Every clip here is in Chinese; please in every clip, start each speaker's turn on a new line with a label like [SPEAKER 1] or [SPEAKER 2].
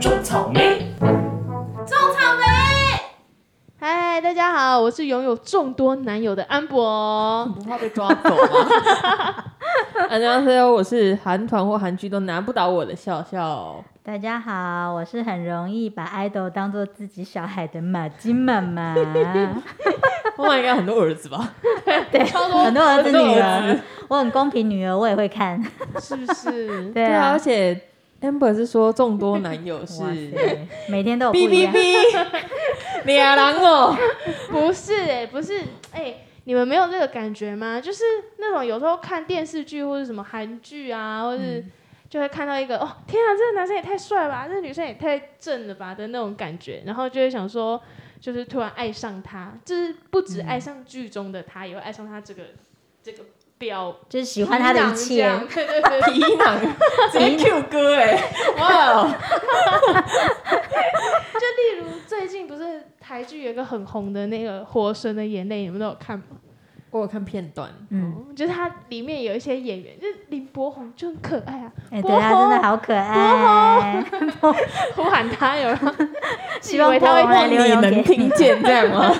[SPEAKER 1] 种草莓，种草莓。
[SPEAKER 2] 嗨，大家好，我是拥有众多男友的安 博。
[SPEAKER 3] 不怕被抓走吗？안녕하세요，我是韩团或韩剧都难不倒我的笑笑。
[SPEAKER 4] 大家好，我是很容易把 idol 当做自己小孩的马金妈 妈，
[SPEAKER 3] 妈妈应 Oh 该很多儿子吧？
[SPEAKER 4] 对，很多儿子
[SPEAKER 3] 很多
[SPEAKER 4] 女
[SPEAKER 3] 儿
[SPEAKER 4] 儿，我很公平，女儿我也会看，
[SPEAKER 2] 是不是？
[SPEAKER 4] 对
[SPEAKER 3] 啊，
[SPEAKER 4] 啊
[SPEAKER 3] 而，且 Amber 是说众多男友 是
[SPEAKER 4] 哇塞，每天都有不
[SPEAKER 3] 哔
[SPEAKER 4] 一
[SPEAKER 3] 哔
[SPEAKER 4] 样，
[SPEAKER 3] 哔，俩狼哦，
[SPEAKER 2] 不是哎、不是哎、你们没有这个感觉吗？就是那种有时候看电视剧或者什么韩剧啊，或是
[SPEAKER 4] 嗯
[SPEAKER 2] 就会看到一个哦，天啊，这个男生也太帅了吧，这个女生也太正了吧的那种感觉，然后就会想说，就是突然爱上他，就是不止爱上剧中的
[SPEAKER 4] 嗯
[SPEAKER 2] 他，也会爱上他这个这个表。
[SPEAKER 4] 就是喜欢他的一
[SPEAKER 2] 皮
[SPEAKER 4] 切，
[SPEAKER 2] 囊这样对对对，
[SPEAKER 3] 皮囊，直接 Q 哥哎，哇哦，
[SPEAKER 2] 就例如最近不是台剧有一个很红的那个《活神的眼泪》，你们都有看吗？
[SPEAKER 3] 我有看片段，
[SPEAKER 4] 嗯，
[SPEAKER 2] 就是它里面有一些演员，就是林柏宏就很可 爱啊，
[SPEAKER 4] 哎，对
[SPEAKER 2] 博
[SPEAKER 4] 啊，真的
[SPEAKER 2] 宏
[SPEAKER 4] 好可爱，
[SPEAKER 2] 呼喊他有没有？
[SPEAKER 4] 希
[SPEAKER 2] 以
[SPEAKER 4] 望
[SPEAKER 2] 为
[SPEAKER 4] 博
[SPEAKER 2] 他会
[SPEAKER 4] 宏来
[SPEAKER 3] 望你
[SPEAKER 4] 留言
[SPEAKER 3] 能
[SPEAKER 4] 给，
[SPEAKER 3] 听见这样吗？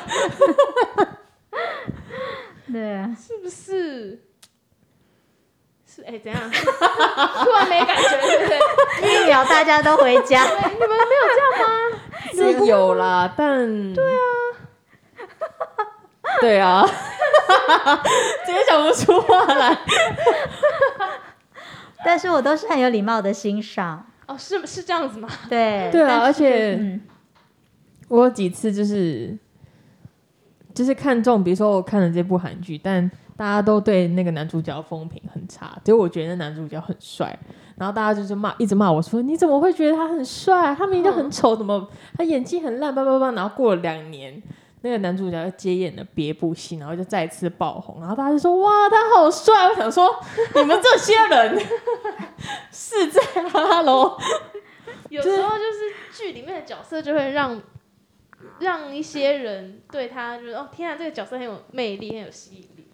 [SPEAKER 4] 对啊，
[SPEAKER 2] 是不是？是哎、怎 样？突然没感觉，对不对？
[SPEAKER 4] 一秒大家都回家，
[SPEAKER 2] 你们没有这样吗？
[SPEAKER 3] 是有啦，但对啊， 对啊， 直接讲不出话来。
[SPEAKER 4] 但是我都是很有礼貌的欣赏，
[SPEAKER 2] 哦，是是这样子吗？
[SPEAKER 4] 对，
[SPEAKER 3] 对啊，
[SPEAKER 4] 但
[SPEAKER 3] 而且
[SPEAKER 4] 嗯，
[SPEAKER 3] 我有几次就是就是看中，比如说我看了这部韩剧，但大家都对那个男主角风评很差，只有我觉得那男主角很帅，然后大家就是骂，一直骂我说你怎么会觉得他很帅？他明明就很丑，怎么他演技很烂？叭叭叭！然后过了两年。那个男主角又接演了别部戏，然后就再次爆红，然后大家就说：“哇，他好帅！”我想说，你们这些人 是在哈喽，
[SPEAKER 2] 有时候就是剧里面的角色就会让让一些人对他就是哦天啊，这个角色很有魅力，很有吸引力，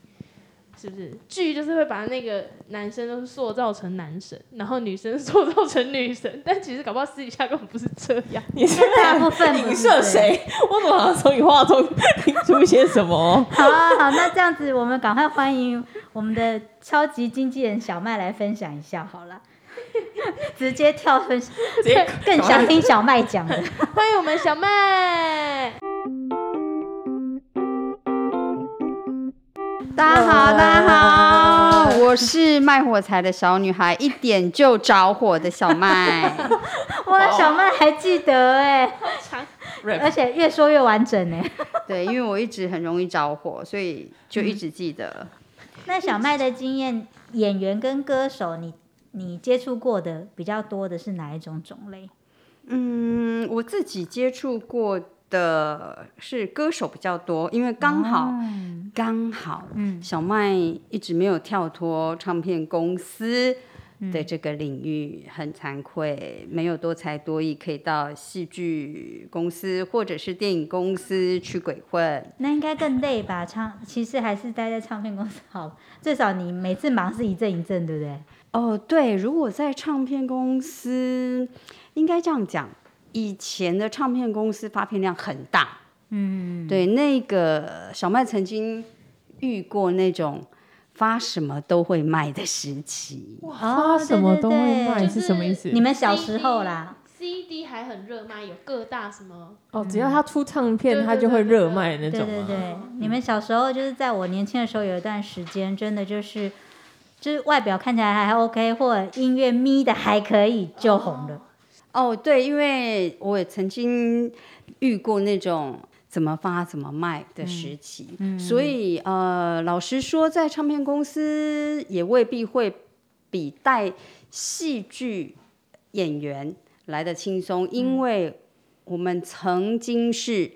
[SPEAKER 2] 是不是？剧就是会把那个男生都塑造成男神，然后女生塑造成女神，但其实搞不好私底下根本不是这样。
[SPEAKER 3] 你是
[SPEAKER 4] 大部分不
[SPEAKER 3] 影
[SPEAKER 4] 是
[SPEAKER 3] 射谁？我怎么好像从你话中听出一些什 么？
[SPEAKER 4] 好啊，好，那这样子，我们赶快欢迎我们的超级经纪人小麦来分享一下好了。 直接跳分享，
[SPEAKER 3] 直接
[SPEAKER 4] 更 想听小麦讲的。
[SPEAKER 2] 欢迎我们小麦。
[SPEAKER 5] 大家好，大家好，我是卖火柴的小女孩，一点就着火的小麦。
[SPEAKER 4] 哇，小麦还记得哎，而
[SPEAKER 3] rap
[SPEAKER 4] 且越说越完整哎。
[SPEAKER 5] 对，因为我一直很容易着火，所以就一直记得。
[SPEAKER 4] 那小麦的经验，演员跟歌手，你你接触过的比较多的是哪一种种类？
[SPEAKER 5] 嗯，我自己接触过的是歌手比较多，因为刚好、刚好，
[SPEAKER 4] 嗯
[SPEAKER 5] 小麦一直没有跳脱唱片公司的这个领域，很惭愧，没有多才多艺，可以到戏剧公司或者是电影公司去鬼混。
[SPEAKER 4] 那应该更累吧？唱其实还是待在唱片公司好，至少你每次忙是一阵一阵，对不对？
[SPEAKER 5] 哦，对，如果在唱片公司，应该这样讲，以前的唱片公司发片量很大，嗯，对，那个小麦曾经遇过那种发什么都会卖的时期，
[SPEAKER 3] 发
[SPEAKER 4] 啊
[SPEAKER 3] 什么都会
[SPEAKER 2] 就
[SPEAKER 3] 卖
[SPEAKER 2] 是哎是
[SPEAKER 3] 什么意思？
[SPEAKER 4] 你们小时候啦，
[SPEAKER 2] CD 还很热卖，有各大什么？
[SPEAKER 3] 哦，只要他出唱片，
[SPEAKER 2] 对
[SPEAKER 3] 他就会热卖那种
[SPEAKER 4] 对
[SPEAKER 3] 啊
[SPEAKER 4] 对
[SPEAKER 3] 吗？
[SPEAKER 4] 对，你们小时候就是在我年轻的时候有一段时间，真的就是就是外表看起来还 OK，或者音乐咪的还可以就红了。
[SPEAKER 5] 哦，对，因为我也曾经遇过那种怎么发怎么卖的
[SPEAKER 2] 嗯
[SPEAKER 5] 时期，所以呃，老实说，在唱片公司也未必会比带戏剧演员来的轻松，
[SPEAKER 2] 嗯
[SPEAKER 5] 因为我们曾经是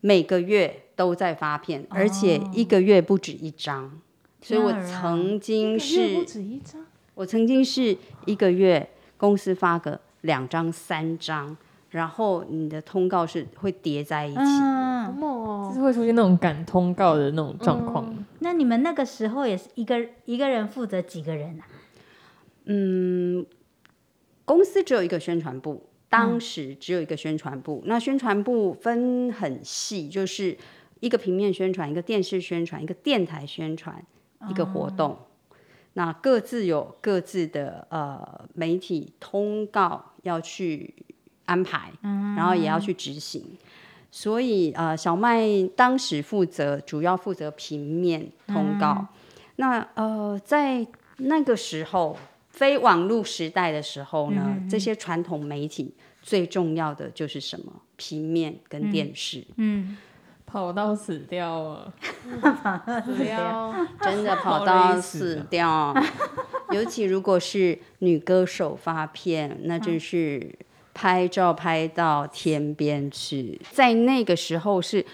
[SPEAKER 5] 每个月都在发片，而且
[SPEAKER 2] 哦
[SPEAKER 5] 一个月不止一张，所以我
[SPEAKER 4] 天啊
[SPEAKER 5] 曾经
[SPEAKER 2] 一个月
[SPEAKER 5] 是
[SPEAKER 2] 不止一张，
[SPEAKER 5] 我曾经是一个月公司发个两张、三张，然后你的通告是会叠在一起。
[SPEAKER 2] 好
[SPEAKER 4] 嗯，
[SPEAKER 2] 猛哦！
[SPEAKER 3] 就是会出现那种赶通告的那种状况。
[SPEAKER 4] 那你们那个时候也是一个一个人负责几个人啊？
[SPEAKER 5] 嗯，公司只有一个宣传部，当时只有一个宣传部。那宣传部分很细，就是一个平面宣传，一个电视宣传，一个电台宣传，一个活动。那各自有各自的呃媒体通告要去安排，然后也要去执行。所以呃，小麦当时负责主要负责平面通告。那呃，在那个时候非网络时代的时候呢，这些传统媒体最重要的就是什么？平面跟电视，
[SPEAKER 4] 嗯，
[SPEAKER 3] 跑到死掉 啊！
[SPEAKER 2] 不要，
[SPEAKER 5] 真的跑
[SPEAKER 3] 好
[SPEAKER 5] 到
[SPEAKER 3] 累死
[SPEAKER 5] 死
[SPEAKER 3] 了
[SPEAKER 5] 掉。 尤其如果是女歌手发片，那真是拍照拍到天边去。在那个时候是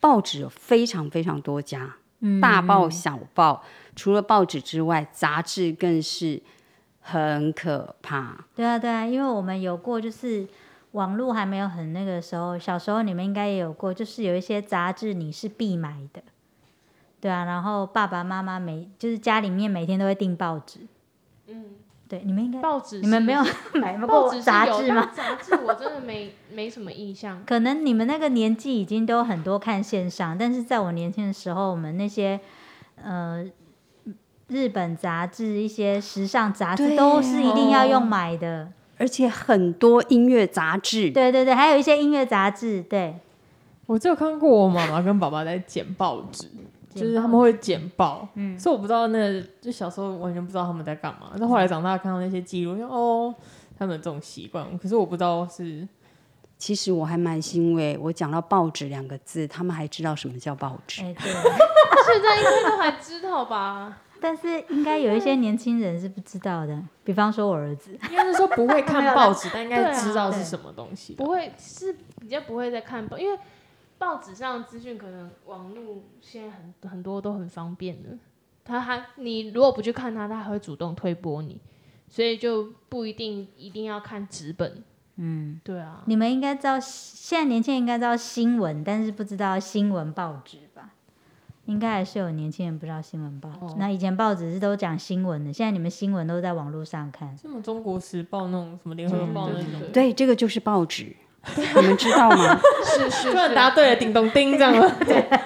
[SPEAKER 5] 报纸有非常非常多家，大报小报，除了报纸之外，杂志更是很可怕。
[SPEAKER 4] 对啊，对啊，因为我们有过，就是网络还没有很那个时候，小时候你们应该也有过，就是有一些杂志你是必买的，对啊，然后爸爸妈妈每就是家里面每天都会订报纸，
[SPEAKER 2] 嗯，
[SPEAKER 4] 对，你们应该
[SPEAKER 2] 报纸
[SPEAKER 4] 你们
[SPEAKER 2] 是
[SPEAKER 4] 没有 买
[SPEAKER 2] 报
[SPEAKER 4] 过
[SPEAKER 2] 纸是
[SPEAKER 4] 杂
[SPEAKER 2] 有
[SPEAKER 4] 志
[SPEAKER 2] 但
[SPEAKER 4] 吗？
[SPEAKER 2] 杂志我真的没没什么印 象。
[SPEAKER 4] 可能你们那个年纪已经都很多看线上，但是在我年轻的时候，我们那些呃日本杂志、一些时尚杂志
[SPEAKER 5] 对
[SPEAKER 4] 都是一定要用
[SPEAKER 3] 哦
[SPEAKER 4] 买的。
[SPEAKER 5] 而且很多音乐杂志，
[SPEAKER 4] 对对对，还有一些音乐杂志，对，
[SPEAKER 3] 我只有看过我妈妈跟爸爸在剪报纸，就是他们会剪报，嗯，所以我不知道那就小时候完全不知道他们在干嘛。但后来长大看到那些记录，就哦，他们有这种习惯，可是我不知道是
[SPEAKER 5] 其实我还蛮欣慰。我讲到报纸两个字，他们还知道什么叫报纸。
[SPEAKER 4] 哎对。
[SPEAKER 2] 现在应该都还知道吧？
[SPEAKER 4] 但是应该有一些年轻人是不知道的，比方说我儿子，
[SPEAKER 3] 应该是说不会看报纸，但应该知道
[SPEAKER 4] 对啊
[SPEAKER 3] 是什么东西吧。
[SPEAKER 2] 不会是比较不会再看报，因为报纸上的资讯可能网络现在很很多都很方便的，他还你如果不去看它，它还会主动推播你，所以就不一定一定要看纸本。嗯，对 啊，
[SPEAKER 4] 你们应该知道，现在年轻人应该知道新闻，但是不知道新闻报纸吧？应该还是有年轻人不知道新闻报纸。
[SPEAKER 2] 哦
[SPEAKER 4] 那以前报纸是都讲新闻的，现在你们新闻都在网络上看。
[SPEAKER 3] 什么《中国时报》那种，什么《联合报》那
[SPEAKER 2] 对
[SPEAKER 3] 种，
[SPEAKER 5] 对，这个就是报纸，你们知道吗？
[SPEAKER 2] 是是
[SPEAKER 3] 突然答对了，叮咚叮这样吗？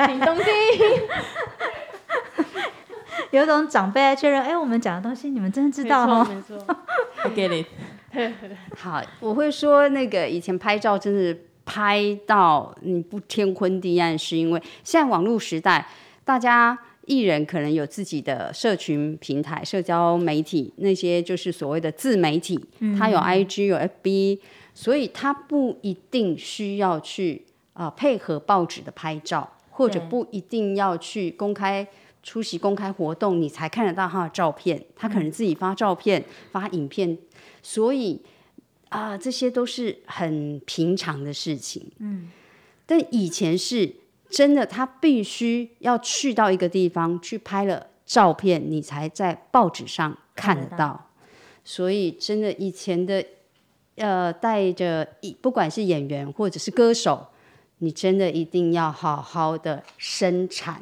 [SPEAKER 2] 挺 东西，
[SPEAKER 4] 有一种长辈在确认，哎、我们讲的东西你们 真的知
[SPEAKER 2] 没
[SPEAKER 4] 道
[SPEAKER 2] 错
[SPEAKER 4] 哦。
[SPEAKER 2] 没错，
[SPEAKER 3] I get it。
[SPEAKER 5] 好，我会说那个以前拍照真的是拍到你不天昏地暗，是因为现在网络时代，大家艺人可能有自己的社群平台、社交媒体，那些就是所谓的自媒体，他有 IG 有 FB，所以他不一定需要去啊、呃配合报纸的拍照，或者
[SPEAKER 4] 对
[SPEAKER 5] 不一定要去公开。出席公开活动，你才看得到他的照片。他可能自己发照片、发影片，所以啊、这些都是很平常的事情。嗯，但以前是真的，他必须要去到一个地方去拍了照片，你才在报纸上看得
[SPEAKER 4] 看得
[SPEAKER 5] 到。所以真的以前的，呃，带着一不管是演员或者是歌手，你真的一定要好好的生产，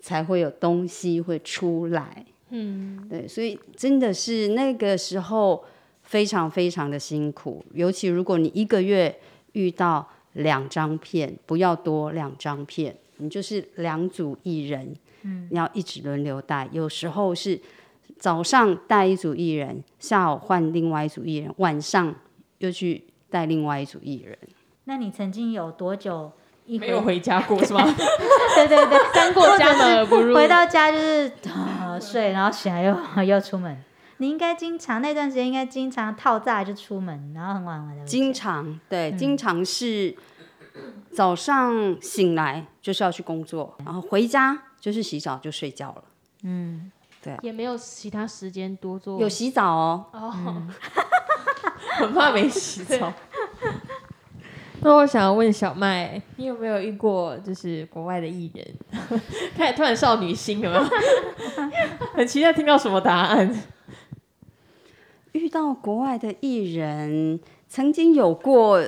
[SPEAKER 5] 才会有东西会出来。
[SPEAKER 2] 嗯，
[SPEAKER 5] 对，所以真的是那个时候非常非常的辛苦，尤其如果你一个月遇到两张片，不要多两张片，你就是两组艺人，嗯，你要一直轮流带，有时候是早上带一组艺人，下午换另外一组艺人，晚上又去带另外一组艺人。
[SPEAKER 4] 那你曾经有多久一
[SPEAKER 3] 没
[SPEAKER 4] 回
[SPEAKER 3] 有回家过是吗？
[SPEAKER 4] 对对对，
[SPEAKER 2] 三过家门而不入，
[SPEAKER 4] 回到家就是、呃、睡，然后醒来又 又出门。你应该经常那段时间应该经常套炸就出门，然后很晚回来。
[SPEAKER 5] 经常对，经常是早上醒来就是要去工作，然后回家就是洗澡就睡觉了。
[SPEAKER 2] 也没有其他时间多做
[SPEAKER 5] 有洗澡哦，
[SPEAKER 2] 哦，
[SPEAKER 3] 很怕没洗澡。那我想要问小麦，你有没有遇过就是国外的艺人？ 开始突然少女心，有 没有？很期待听到什么答案？
[SPEAKER 5] 遇到国外的艺人，曾经有过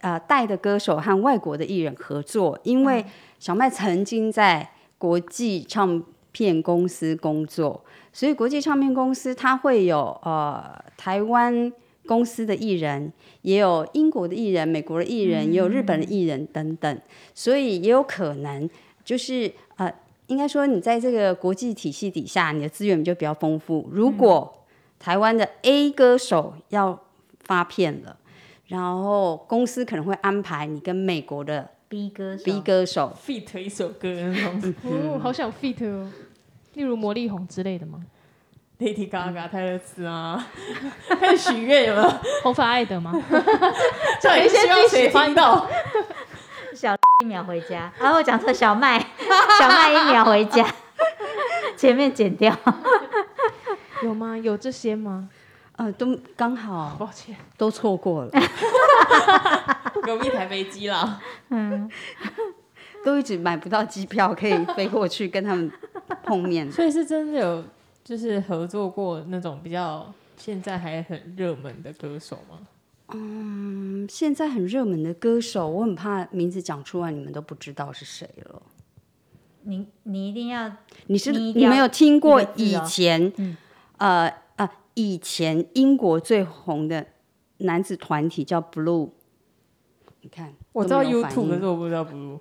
[SPEAKER 5] 呃带的歌手和外国的艺人合作，因为小麦曾经在国际唱片公司工作，所以国际唱片公司它会有呃台湾公司的艺人，也有英国的艺人、美国的艺人，也有日本的艺人等等，所以也有可能就是呃，应该说你在这个国际体系底下，你的资源就比较丰富。如果台湾的 A 歌手要发片了，然后公司可能会安排你跟美国的
[SPEAKER 4] B 歌手
[SPEAKER 5] B 歌手，
[SPEAKER 3] fit 一首歌那 种
[SPEAKER 2] 哦，好想 fit 哦，例如魔力红之类的吗？
[SPEAKER 3] ，Lady Gaga、泰勒斯啊，开始许愿有没有？
[SPEAKER 2] 红发艾德吗？
[SPEAKER 3] 叫你希望谁听到？
[SPEAKER 4] 小一秒回家，然后我讲错小麦， 小麦一秒回家， 前面剪掉。
[SPEAKER 2] 有吗？有这些吗？
[SPEAKER 5] 呃，都刚好
[SPEAKER 2] 抱歉，
[SPEAKER 5] 都错过了，
[SPEAKER 3] 隔壁台飞机啦，
[SPEAKER 5] 都一直买不到机票可以飞过去跟他们碰面。
[SPEAKER 3] 所以是真的有就是合作过那种比较现在还很热门的歌手吗？
[SPEAKER 5] 嗯现在很热门的歌手，我很怕名字讲出来你们都不知道是谁了。
[SPEAKER 4] 你你一定要
[SPEAKER 5] 你是
[SPEAKER 4] 你一
[SPEAKER 5] 你
[SPEAKER 4] 定要
[SPEAKER 5] 没有听过
[SPEAKER 4] 一个字
[SPEAKER 5] 以
[SPEAKER 4] 哦
[SPEAKER 5] 前，呃呃，以前英国最红的男子团体叫 Blue，你看
[SPEAKER 3] 我知
[SPEAKER 5] 都
[SPEAKER 3] 道
[SPEAKER 5] 没有反
[SPEAKER 3] YouTube，可
[SPEAKER 5] 应
[SPEAKER 3] 是我不知道 Blue。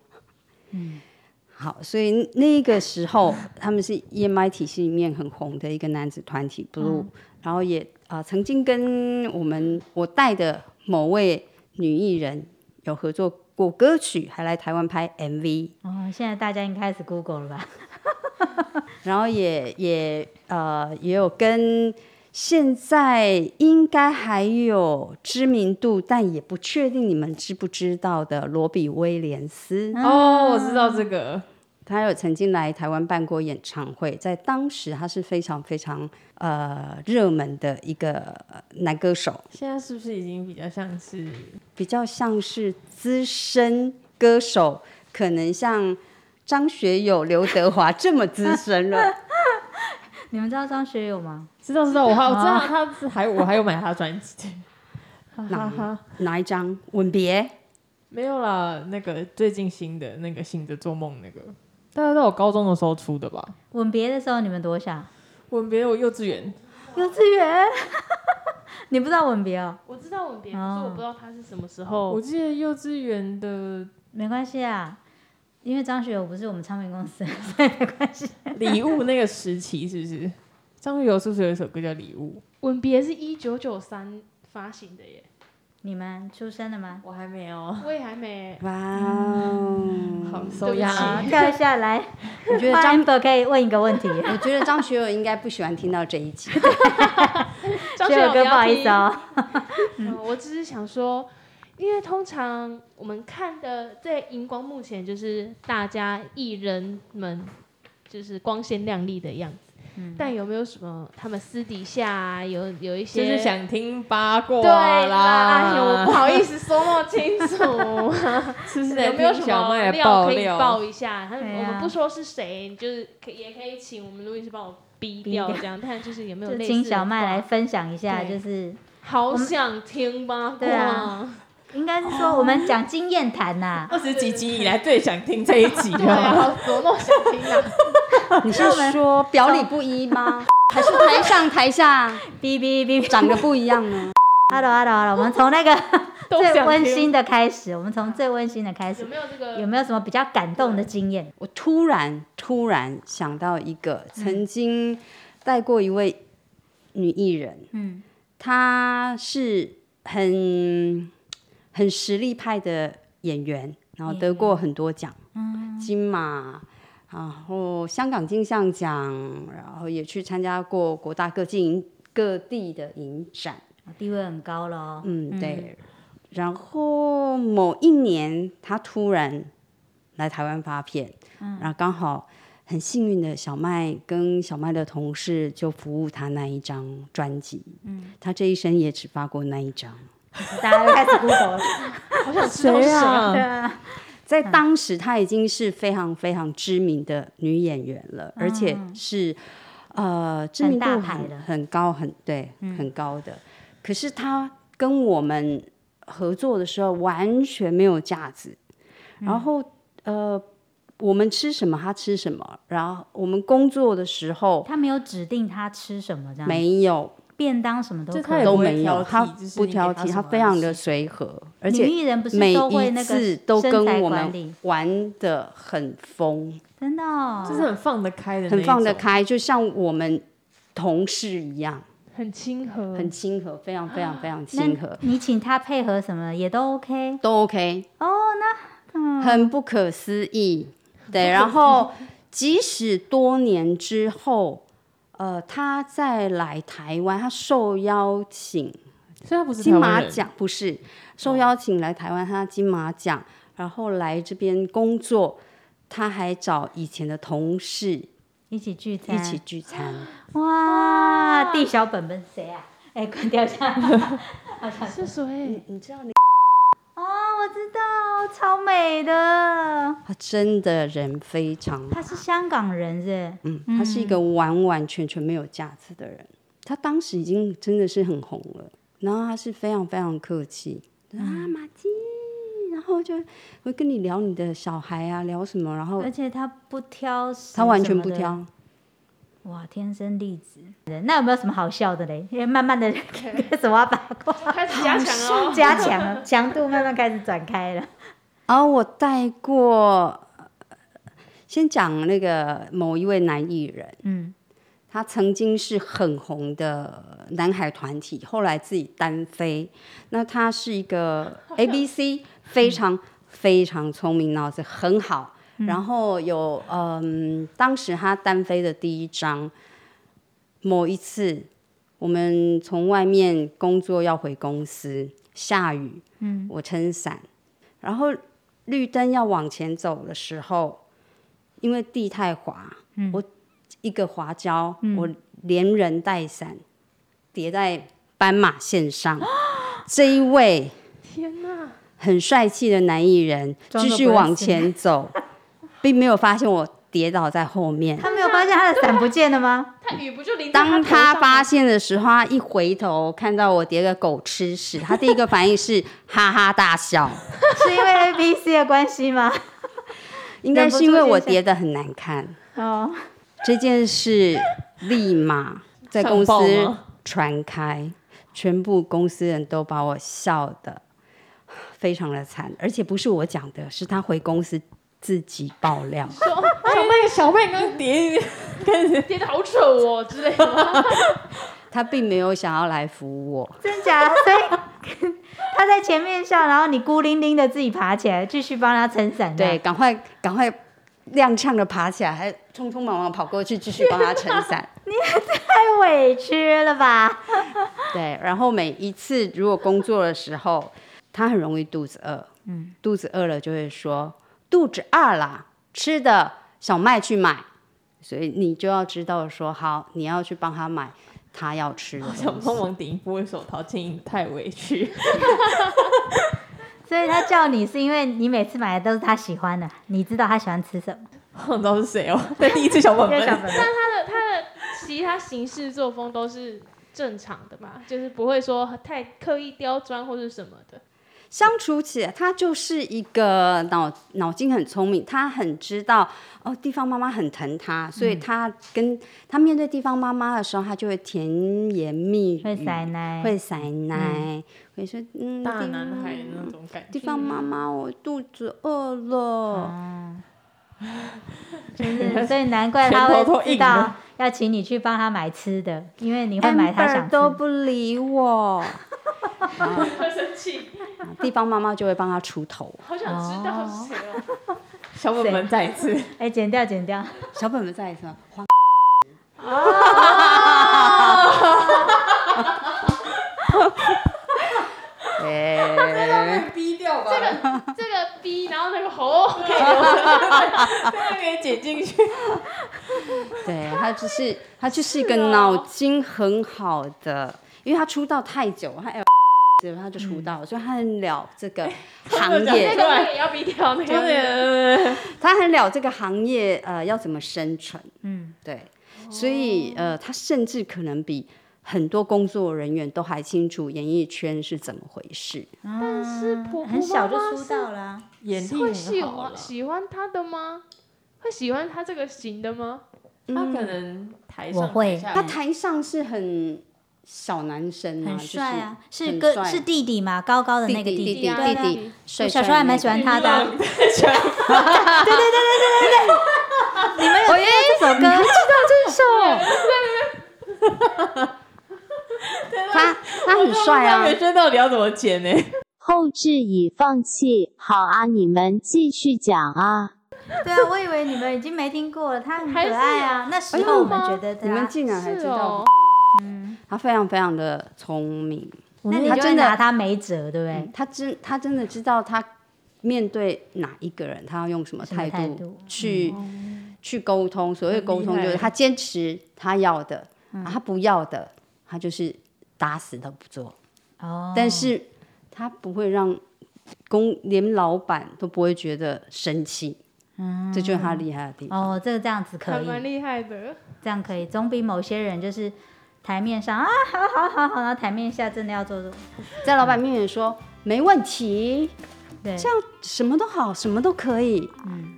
[SPEAKER 5] 好，所以那个时候他们是 EMI 体系里面很红的一个男子团体 Blue，、然后也啊、呃曾经跟我们我带的某位女艺人有合作过歌曲，还来台湾拍 MV，
[SPEAKER 4] 哦，现在大家应该开始 Google 了 吧？
[SPEAKER 5] 然后也也呃也有跟现在应该还有知名度，但也不确定你们知不知道的罗比威廉斯，
[SPEAKER 3] 哦，我知道这个，
[SPEAKER 5] 他有曾经来台湾办过演唱会，在当时他是非常非常呃热门的一个呃男歌手，
[SPEAKER 3] 现在是不是已经比较像是
[SPEAKER 5] 比较像是资深歌手，可能像张学友、刘德华这么资深了。
[SPEAKER 4] 你们知道张学友吗？
[SPEAKER 3] 知道知道，我还我知道他是还我还有买他的专辑， 哈哈哈，
[SPEAKER 5] 哪一张？吻别。
[SPEAKER 3] 没有啦，那个最近新的那个醒着做梦那个，大概在我高中的时候出的吧。
[SPEAKER 4] 吻别的时候你们多小？
[SPEAKER 3] 吻别我幼稚园，
[SPEAKER 4] 幼稚园？ 你不知道吻别哦？
[SPEAKER 2] 我知道吻别，可
[SPEAKER 4] 哦
[SPEAKER 2] 是我不知道他是什么时候
[SPEAKER 3] 我。记得幼稚园的
[SPEAKER 4] 没关系啊，因为张学友不是我们唱片公司，
[SPEAKER 3] 礼物那个时期是不是？张学友是不是有一首歌叫《礼物
[SPEAKER 2] 吻别是一九九三发行的耶，
[SPEAKER 4] 你们出生了吗》？？
[SPEAKER 3] 我还没有，
[SPEAKER 2] 我也还 没。
[SPEAKER 5] 哇哦！
[SPEAKER 3] 好
[SPEAKER 2] 对
[SPEAKER 3] 嗯收
[SPEAKER 2] 不
[SPEAKER 3] 压
[SPEAKER 2] 起
[SPEAKER 3] 啊。
[SPEAKER 4] 跳一下来，
[SPEAKER 5] 我觉 得
[SPEAKER 4] 花
[SPEAKER 5] 张，
[SPEAKER 4] amber 可以问一个问题。
[SPEAKER 5] 我觉得张学友应该不喜欢听到这一集。
[SPEAKER 2] 张
[SPEAKER 4] 学
[SPEAKER 2] 学友
[SPEAKER 4] 友哥，不好意思
[SPEAKER 2] 啊。
[SPEAKER 4] 哦。
[SPEAKER 2] 嗯，我只是想说，因为通常我们看的在荧光幕前就是大家艺人们就是光鲜亮丽的样子，
[SPEAKER 4] 嗯
[SPEAKER 2] 但有没有什么他们私底下、啊、有有一
[SPEAKER 3] 就
[SPEAKER 2] 些
[SPEAKER 3] 是想听八卦
[SPEAKER 2] 对啦，哎呦我不
[SPEAKER 3] 啦，
[SPEAKER 2] 好意思说那么清楚，
[SPEAKER 3] 是不是
[SPEAKER 2] 有没有什
[SPEAKER 3] 小
[SPEAKER 2] 么
[SPEAKER 3] 麦的
[SPEAKER 2] 料
[SPEAKER 3] 爆
[SPEAKER 2] 可以爆
[SPEAKER 3] 料？
[SPEAKER 2] 一下？他
[SPEAKER 4] 对啊
[SPEAKER 2] 我们不说是谁，就是可也可以请我们录音师帮我逼掉
[SPEAKER 4] 逼掉
[SPEAKER 2] 这样，但就是有没有
[SPEAKER 4] 就
[SPEAKER 2] 类似
[SPEAKER 4] 请
[SPEAKER 2] 的
[SPEAKER 4] 小麦
[SPEAKER 2] 话，
[SPEAKER 4] 来分享一下，
[SPEAKER 2] 对
[SPEAKER 4] 就是
[SPEAKER 2] 好想听八
[SPEAKER 4] 对
[SPEAKER 2] 卦
[SPEAKER 4] 啊。应该是说我们讲经验谈呐。
[SPEAKER 3] 二十几集以来最想听这一集
[SPEAKER 2] 对啊，
[SPEAKER 3] 了。
[SPEAKER 2] 好琢磨想听啊。
[SPEAKER 5] 你是说表里不一吗？还是台上台下
[SPEAKER 4] 哔哔哔哔
[SPEAKER 5] 长得不一样呢？
[SPEAKER 4] ，hello hello hello，我们从那个
[SPEAKER 3] 都想
[SPEAKER 4] 最
[SPEAKER 3] 听
[SPEAKER 4] 温馨的开始，我们从最温馨的开
[SPEAKER 2] 有
[SPEAKER 4] 始，
[SPEAKER 2] 没有这个？
[SPEAKER 4] 有没有什么比较感动的经验？
[SPEAKER 5] 我突然突然想到一个，曾经带过一位女艺人，
[SPEAKER 4] 嗯，
[SPEAKER 5] 她是很很实力派的演员，然后得过很多奖，金马。然后香港金像奖，然后也去参加过国大各地各地的影展，
[SPEAKER 4] 地位很高了哦。
[SPEAKER 5] 嗯，对。然后某一年，他突然来台湾发片，然后刚好很幸运的小麦跟小麦的同事就服务他那一张专辑，嗯，他这一生也只发过那一张。
[SPEAKER 4] 大家又开始 Google 了。
[SPEAKER 2] 好想知道是
[SPEAKER 3] 谁
[SPEAKER 2] 谁啊？
[SPEAKER 3] 啊？
[SPEAKER 5] 在
[SPEAKER 3] 嗯
[SPEAKER 5] 当时，她已经是非常非常知名的女演员
[SPEAKER 3] 嗯
[SPEAKER 5] 了，而且是呃知名度
[SPEAKER 4] 大
[SPEAKER 5] 很
[SPEAKER 4] 牌的
[SPEAKER 3] 嗯
[SPEAKER 5] 很高，很对，很高的。可是她跟我们合作的时候完全没有架子，
[SPEAKER 3] 嗯
[SPEAKER 5] 然后呃，我们吃什么他吃什么，然后我们工作的时候
[SPEAKER 4] 他没有指定他吃什么这样，
[SPEAKER 5] 没有
[SPEAKER 4] 便当什么都
[SPEAKER 3] 就
[SPEAKER 4] 可
[SPEAKER 3] 他
[SPEAKER 4] 以
[SPEAKER 3] 也。
[SPEAKER 5] 都
[SPEAKER 3] 不会
[SPEAKER 5] 没
[SPEAKER 3] 挑
[SPEAKER 5] 有，
[SPEAKER 3] 剔
[SPEAKER 5] 他
[SPEAKER 3] 就是
[SPEAKER 5] 不
[SPEAKER 3] 你给
[SPEAKER 5] 挑
[SPEAKER 3] 他
[SPEAKER 5] 剔，
[SPEAKER 3] 什
[SPEAKER 5] 他
[SPEAKER 3] 么
[SPEAKER 5] 非常
[SPEAKER 3] 东
[SPEAKER 5] 的
[SPEAKER 3] 西
[SPEAKER 5] 随和，而
[SPEAKER 4] 女
[SPEAKER 5] 且
[SPEAKER 4] 艺人不
[SPEAKER 5] 每
[SPEAKER 4] 是都会
[SPEAKER 5] 一
[SPEAKER 4] 那
[SPEAKER 5] 次
[SPEAKER 4] 个
[SPEAKER 5] 都
[SPEAKER 4] 身
[SPEAKER 5] 跟
[SPEAKER 4] 材
[SPEAKER 5] 我
[SPEAKER 4] 管理
[SPEAKER 5] 们，玩的很疯，
[SPEAKER 4] 真的哦、
[SPEAKER 3] 就是很放得开的，
[SPEAKER 5] 很放得。开，就像我们同事一样，
[SPEAKER 2] 很亲和，
[SPEAKER 5] 很亲和，非常非常非常
[SPEAKER 4] 那
[SPEAKER 5] 亲和，
[SPEAKER 4] 你请他配合什么也都 OK。
[SPEAKER 5] 都 OK。哦，那很不可思议。对，然后即使多年之后，呃，他再来台湾，他受邀请
[SPEAKER 3] 所以他不是
[SPEAKER 5] 金
[SPEAKER 3] 台湾
[SPEAKER 5] 马
[SPEAKER 3] 人哦
[SPEAKER 5] 奖不是受邀请来台湾参加金马奖，然后来这边工作，他还找以前的同事
[SPEAKER 4] 一起聚餐，
[SPEAKER 5] 一起聚餐，
[SPEAKER 4] 哇！地小本本谁啊？哎、关掉一下。
[SPEAKER 2] 是谁？
[SPEAKER 4] 哦，我知道，超美的。
[SPEAKER 5] 他真的人非常
[SPEAKER 4] 他是香港人是不是？
[SPEAKER 5] 嗯，他是一个完完全全没有架子的人。他当时已经真的是很红了，然后他是非常非常客气啊，马姬，然后就会跟你聊你的小孩啊，聊什么，然后
[SPEAKER 4] 而且他不挑食，
[SPEAKER 5] 他完全不。挑。
[SPEAKER 4] 哇，天生丽质。那有没有什么好笑的嘞？因为慢慢 的开始挖八卦，
[SPEAKER 2] 开始加强了哦，
[SPEAKER 4] 加强了，强度慢慢开始展开了。
[SPEAKER 5] 然后哦我带过，呃先讲那个某一位男艺人，
[SPEAKER 4] 嗯，
[SPEAKER 5] 他曾经是很红的男孩团体，后来自己单飞。那他是一个 A B C 非常非常聪明，脑子很好。然后有嗯，当时他单飞的第一张，某一次我们从外面工作要回公司，下雨，嗯，我撑伞，然后绿灯要往前走的时候，因为地太滑，
[SPEAKER 4] 嗯
[SPEAKER 5] 我一个滑跤，我连人带伞叠在斑马线上。 这一位
[SPEAKER 2] 天哪！
[SPEAKER 5] 很帅气的男艺人
[SPEAKER 4] 装
[SPEAKER 5] 继
[SPEAKER 4] 作
[SPEAKER 5] 续
[SPEAKER 4] 不认识
[SPEAKER 5] 往 前走，并没有发现我跌倒在后面。
[SPEAKER 4] 他没有发现他的伞不见了吗？
[SPEAKER 2] 他雨不就淋在
[SPEAKER 5] 当
[SPEAKER 2] 头上
[SPEAKER 5] 他
[SPEAKER 2] 吗
[SPEAKER 5] 发现的时候，他一回头看到我叠个狗吃屎，他第一个反应是哈哈大笑，
[SPEAKER 4] 是因为 A B C 的关系吗？
[SPEAKER 5] 应该是因为我叠的很难看。
[SPEAKER 4] 哦，
[SPEAKER 5] 这件事立马在
[SPEAKER 3] 上
[SPEAKER 5] 公
[SPEAKER 3] 报
[SPEAKER 5] 司
[SPEAKER 3] 吗
[SPEAKER 5] 传开，全部公司人都把我笑的非常的惨，而且不是我讲的，是他回公司自己爆料。
[SPEAKER 3] 哎，那个小妹刚叠，
[SPEAKER 2] 跌的好丑哦之类的，
[SPEAKER 5] 他并没有想要来扶我，
[SPEAKER 4] 真假的？所以 他在前面笑，然后你孤零零的自己爬起来，继续帮他撑
[SPEAKER 3] 嗯
[SPEAKER 4] 伞。
[SPEAKER 5] 对，，赶快赶快踉跄的爬起来，还匆匆忙忙跑过去继续帮他撑伞。
[SPEAKER 4] 太委屈了吧？
[SPEAKER 5] 对，然后每一次如果工作的时候，他很容易肚子饿，嗯，肚子饿了就会说肚子饿啦，吃的小麦去买，所以你就要知道说好，你要去帮他买他要吃的
[SPEAKER 3] 我
[SPEAKER 5] 东
[SPEAKER 3] 想
[SPEAKER 5] 西。
[SPEAKER 3] 帮忙顶一波的手套，建议太委屈。
[SPEAKER 4] 所以他叫你是因为你每次买的都是他喜欢的，你知道他喜欢吃什么。
[SPEAKER 3] 我想知道是谁哦，在第一次小本
[SPEAKER 4] 因为小
[SPEAKER 3] 本
[SPEAKER 4] 本
[SPEAKER 2] 但他的他的 其他行事作风都是正常的嘛，就是不会说太刻意刁钻或是什么的。
[SPEAKER 5] 相处起来，他就是一个脑脑筋很聪明，他很知道哦，地方妈妈很疼他，所
[SPEAKER 4] 嗯
[SPEAKER 5] 以他跟、他面对地方妈妈的时候，他就会甜言蜜语，
[SPEAKER 4] 会塞奶，
[SPEAKER 5] 会撒奶，会说嗯，
[SPEAKER 3] 大
[SPEAKER 5] 地
[SPEAKER 3] 男
[SPEAKER 5] 方
[SPEAKER 3] 孩的那种感
[SPEAKER 5] 地
[SPEAKER 3] 觉，
[SPEAKER 5] 方妈妈，
[SPEAKER 4] 嗯
[SPEAKER 5] 我肚子饿了。
[SPEAKER 4] 就是所以难怪他
[SPEAKER 3] 拳头
[SPEAKER 4] 会
[SPEAKER 3] 都
[SPEAKER 4] 知
[SPEAKER 3] 硬
[SPEAKER 4] 道
[SPEAKER 3] 了
[SPEAKER 4] 要请你去帮他买吃的，因为你会买他
[SPEAKER 5] amber
[SPEAKER 4] 想吃。
[SPEAKER 5] 都不理我，
[SPEAKER 2] 会生气，
[SPEAKER 5] 地方妈妈就会帮他出头。
[SPEAKER 2] 好想知道是谁哦。
[SPEAKER 3] 小本本再一次，
[SPEAKER 4] 哎，剪掉，剪掉。
[SPEAKER 5] 小本本在什么？黄
[SPEAKER 4] 哦
[SPEAKER 5] 哎，
[SPEAKER 3] 逼掉吧，
[SPEAKER 2] 这个这个 B，然后那个猴，
[SPEAKER 3] 这个给剪进去。
[SPEAKER 5] 对他就是他就是一个脑筋很好的，因为他出道太久，他 L，他 就出
[SPEAKER 4] 嗯
[SPEAKER 5] 道了，所以他很了 这个行业
[SPEAKER 2] 那个。那个也要 B 掉，那
[SPEAKER 3] 有
[SPEAKER 2] 个
[SPEAKER 3] 点
[SPEAKER 5] 他很了这个行业呃要怎么生存，
[SPEAKER 4] 嗯，
[SPEAKER 5] 对，所以呃他甚至可能比很多工作人员都还清楚演艺圈是怎么回事。
[SPEAKER 2] 但是婆婆
[SPEAKER 4] 很小就
[SPEAKER 2] 妈妈
[SPEAKER 4] 出
[SPEAKER 2] 是
[SPEAKER 4] 道啦，
[SPEAKER 3] 眼力
[SPEAKER 2] 会喜
[SPEAKER 3] 很好
[SPEAKER 2] 欢
[SPEAKER 3] 了。
[SPEAKER 2] 喜欢他的吗？会喜欢他这个型的吗？
[SPEAKER 5] 嗯
[SPEAKER 3] 他可能台
[SPEAKER 4] 我
[SPEAKER 3] 上
[SPEAKER 4] 会
[SPEAKER 3] 台下
[SPEAKER 5] 他台上是很小男生、啊，
[SPEAKER 4] 很帅啊，
[SPEAKER 5] 就是很
[SPEAKER 4] 哥
[SPEAKER 5] 帅
[SPEAKER 4] 是弟弟嘛，高高的那个
[SPEAKER 5] 弟弟
[SPEAKER 4] 弟
[SPEAKER 5] 弟
[SPEAKER 4] 对啊对
[SPEAKER 5] 弟
[SPEAKER 4] 啊
[SPEAKER 5] 弟弟，
[SPEAKER 4] 我
[SPEAKER 5] 帅
[SPEAKER 4] 小
[SPEAKER 5] 帅
[SPEAKER 4] 时候还蛮喜
[SPEAKER 5] 那
[SPEAKER 4] 欢
[SPEAKER 5] 个
[SPEAKER 4] 他的啊、
[SPEAKER 3] 浪全
[SPEAKER 5] 哦
[SPEAKER 4] 我有这 首歌，知道这首？
[SPEAKER 5] 他他很帅啊，
[SPEAKER 3] 人生到底要怎么剪呢？
[SPEAKER 6] 后置已放弃。好啊，你们继续讲啊。
[SPEAKER 4] 对啊，我以为你们已经没听过了，他很可
[SPEAKER 2] 还是
[SPEAKER 4] 爱啊。那时候我们觉得他，
[SPEAKER 5] 你们竟然还知
[SPEAKER 2] 是
[SPEAKER 5] 道
[SPEAKER 2] 哦，，
[SPEAKER 5] 他非常非常的聪明，
[SPEAKER 4] 那你
[SPEAKER 5] 他
[SPEAKER 4] 就会
[SPEAKER 5] 真的嗯
[SPEAKER 4] 拿他没辙，对不对？
[SPEAKER 5] 他真他真的知道他面对哪一个人，他要用什么
[SPEAKER 4] 什么
[SPEAKER 5] 态
[SPEAKER 4] 态
[SPEAKER 5] 度
[SPEAKER 4] 度嗯
[SPEAKER 5] 去去沟通。所谓
[SPEAKER 3] 很厉
[SPEAKER 5] 沟通，就是
[SPEAKER 3] 害
[SPEAKER 5] 他坚持他要的，
[SPEAKER 4] 嗯
[SPEAKER 5] 啊他不要的，他就是打死都不做。
[SPEAKER 4] 哦，
[SPEAKER 5] 但是他不会让公连老板都不会觉得生气，这就是他厉害的地
[SPEAKER 4] 嗯
[SPEAKER 5] 方。
[SPEAKER 4] 哦，这个这样子可
[SPEAKER 2] 还
[SPEAKER 4] 以，
[SPEAKER 2] 蛮厉害的。
[SPEAKER 4] 这样可以，总比某些人就是台面上啊，好好好好，然后台面下真的要做做，
[SPEAKER 5] 在老板面前说没问题，
[SPEAKER 4] 对，
[SPEAKER 5] 这样什么都好，什么都可以。嗯，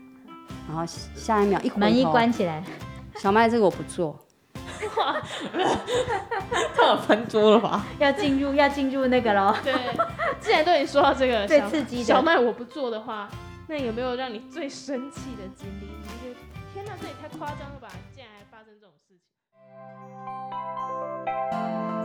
[SPEAKER 5] 然后下一秒一回头
[SPEAKER 4] 门一关，起来，
[SPEAKER 5] 小麦这个我不做。
[SPEAKER 3] 他有翻桌了吧？
[SPEAKER 4] 要进入要进入那个喽。
[SPEAKER 2] 对，既然都已经说到这个
[SPEAKER 4] 最
[SPEAKER 2] 小
[SPEAKER 4] 刺激的
[SPEAKER 2] 小麦，我不做的话，那有没有让你最生气的经历？你就觉得天哪，这也太夸张了吧！竟然还发生这种事情。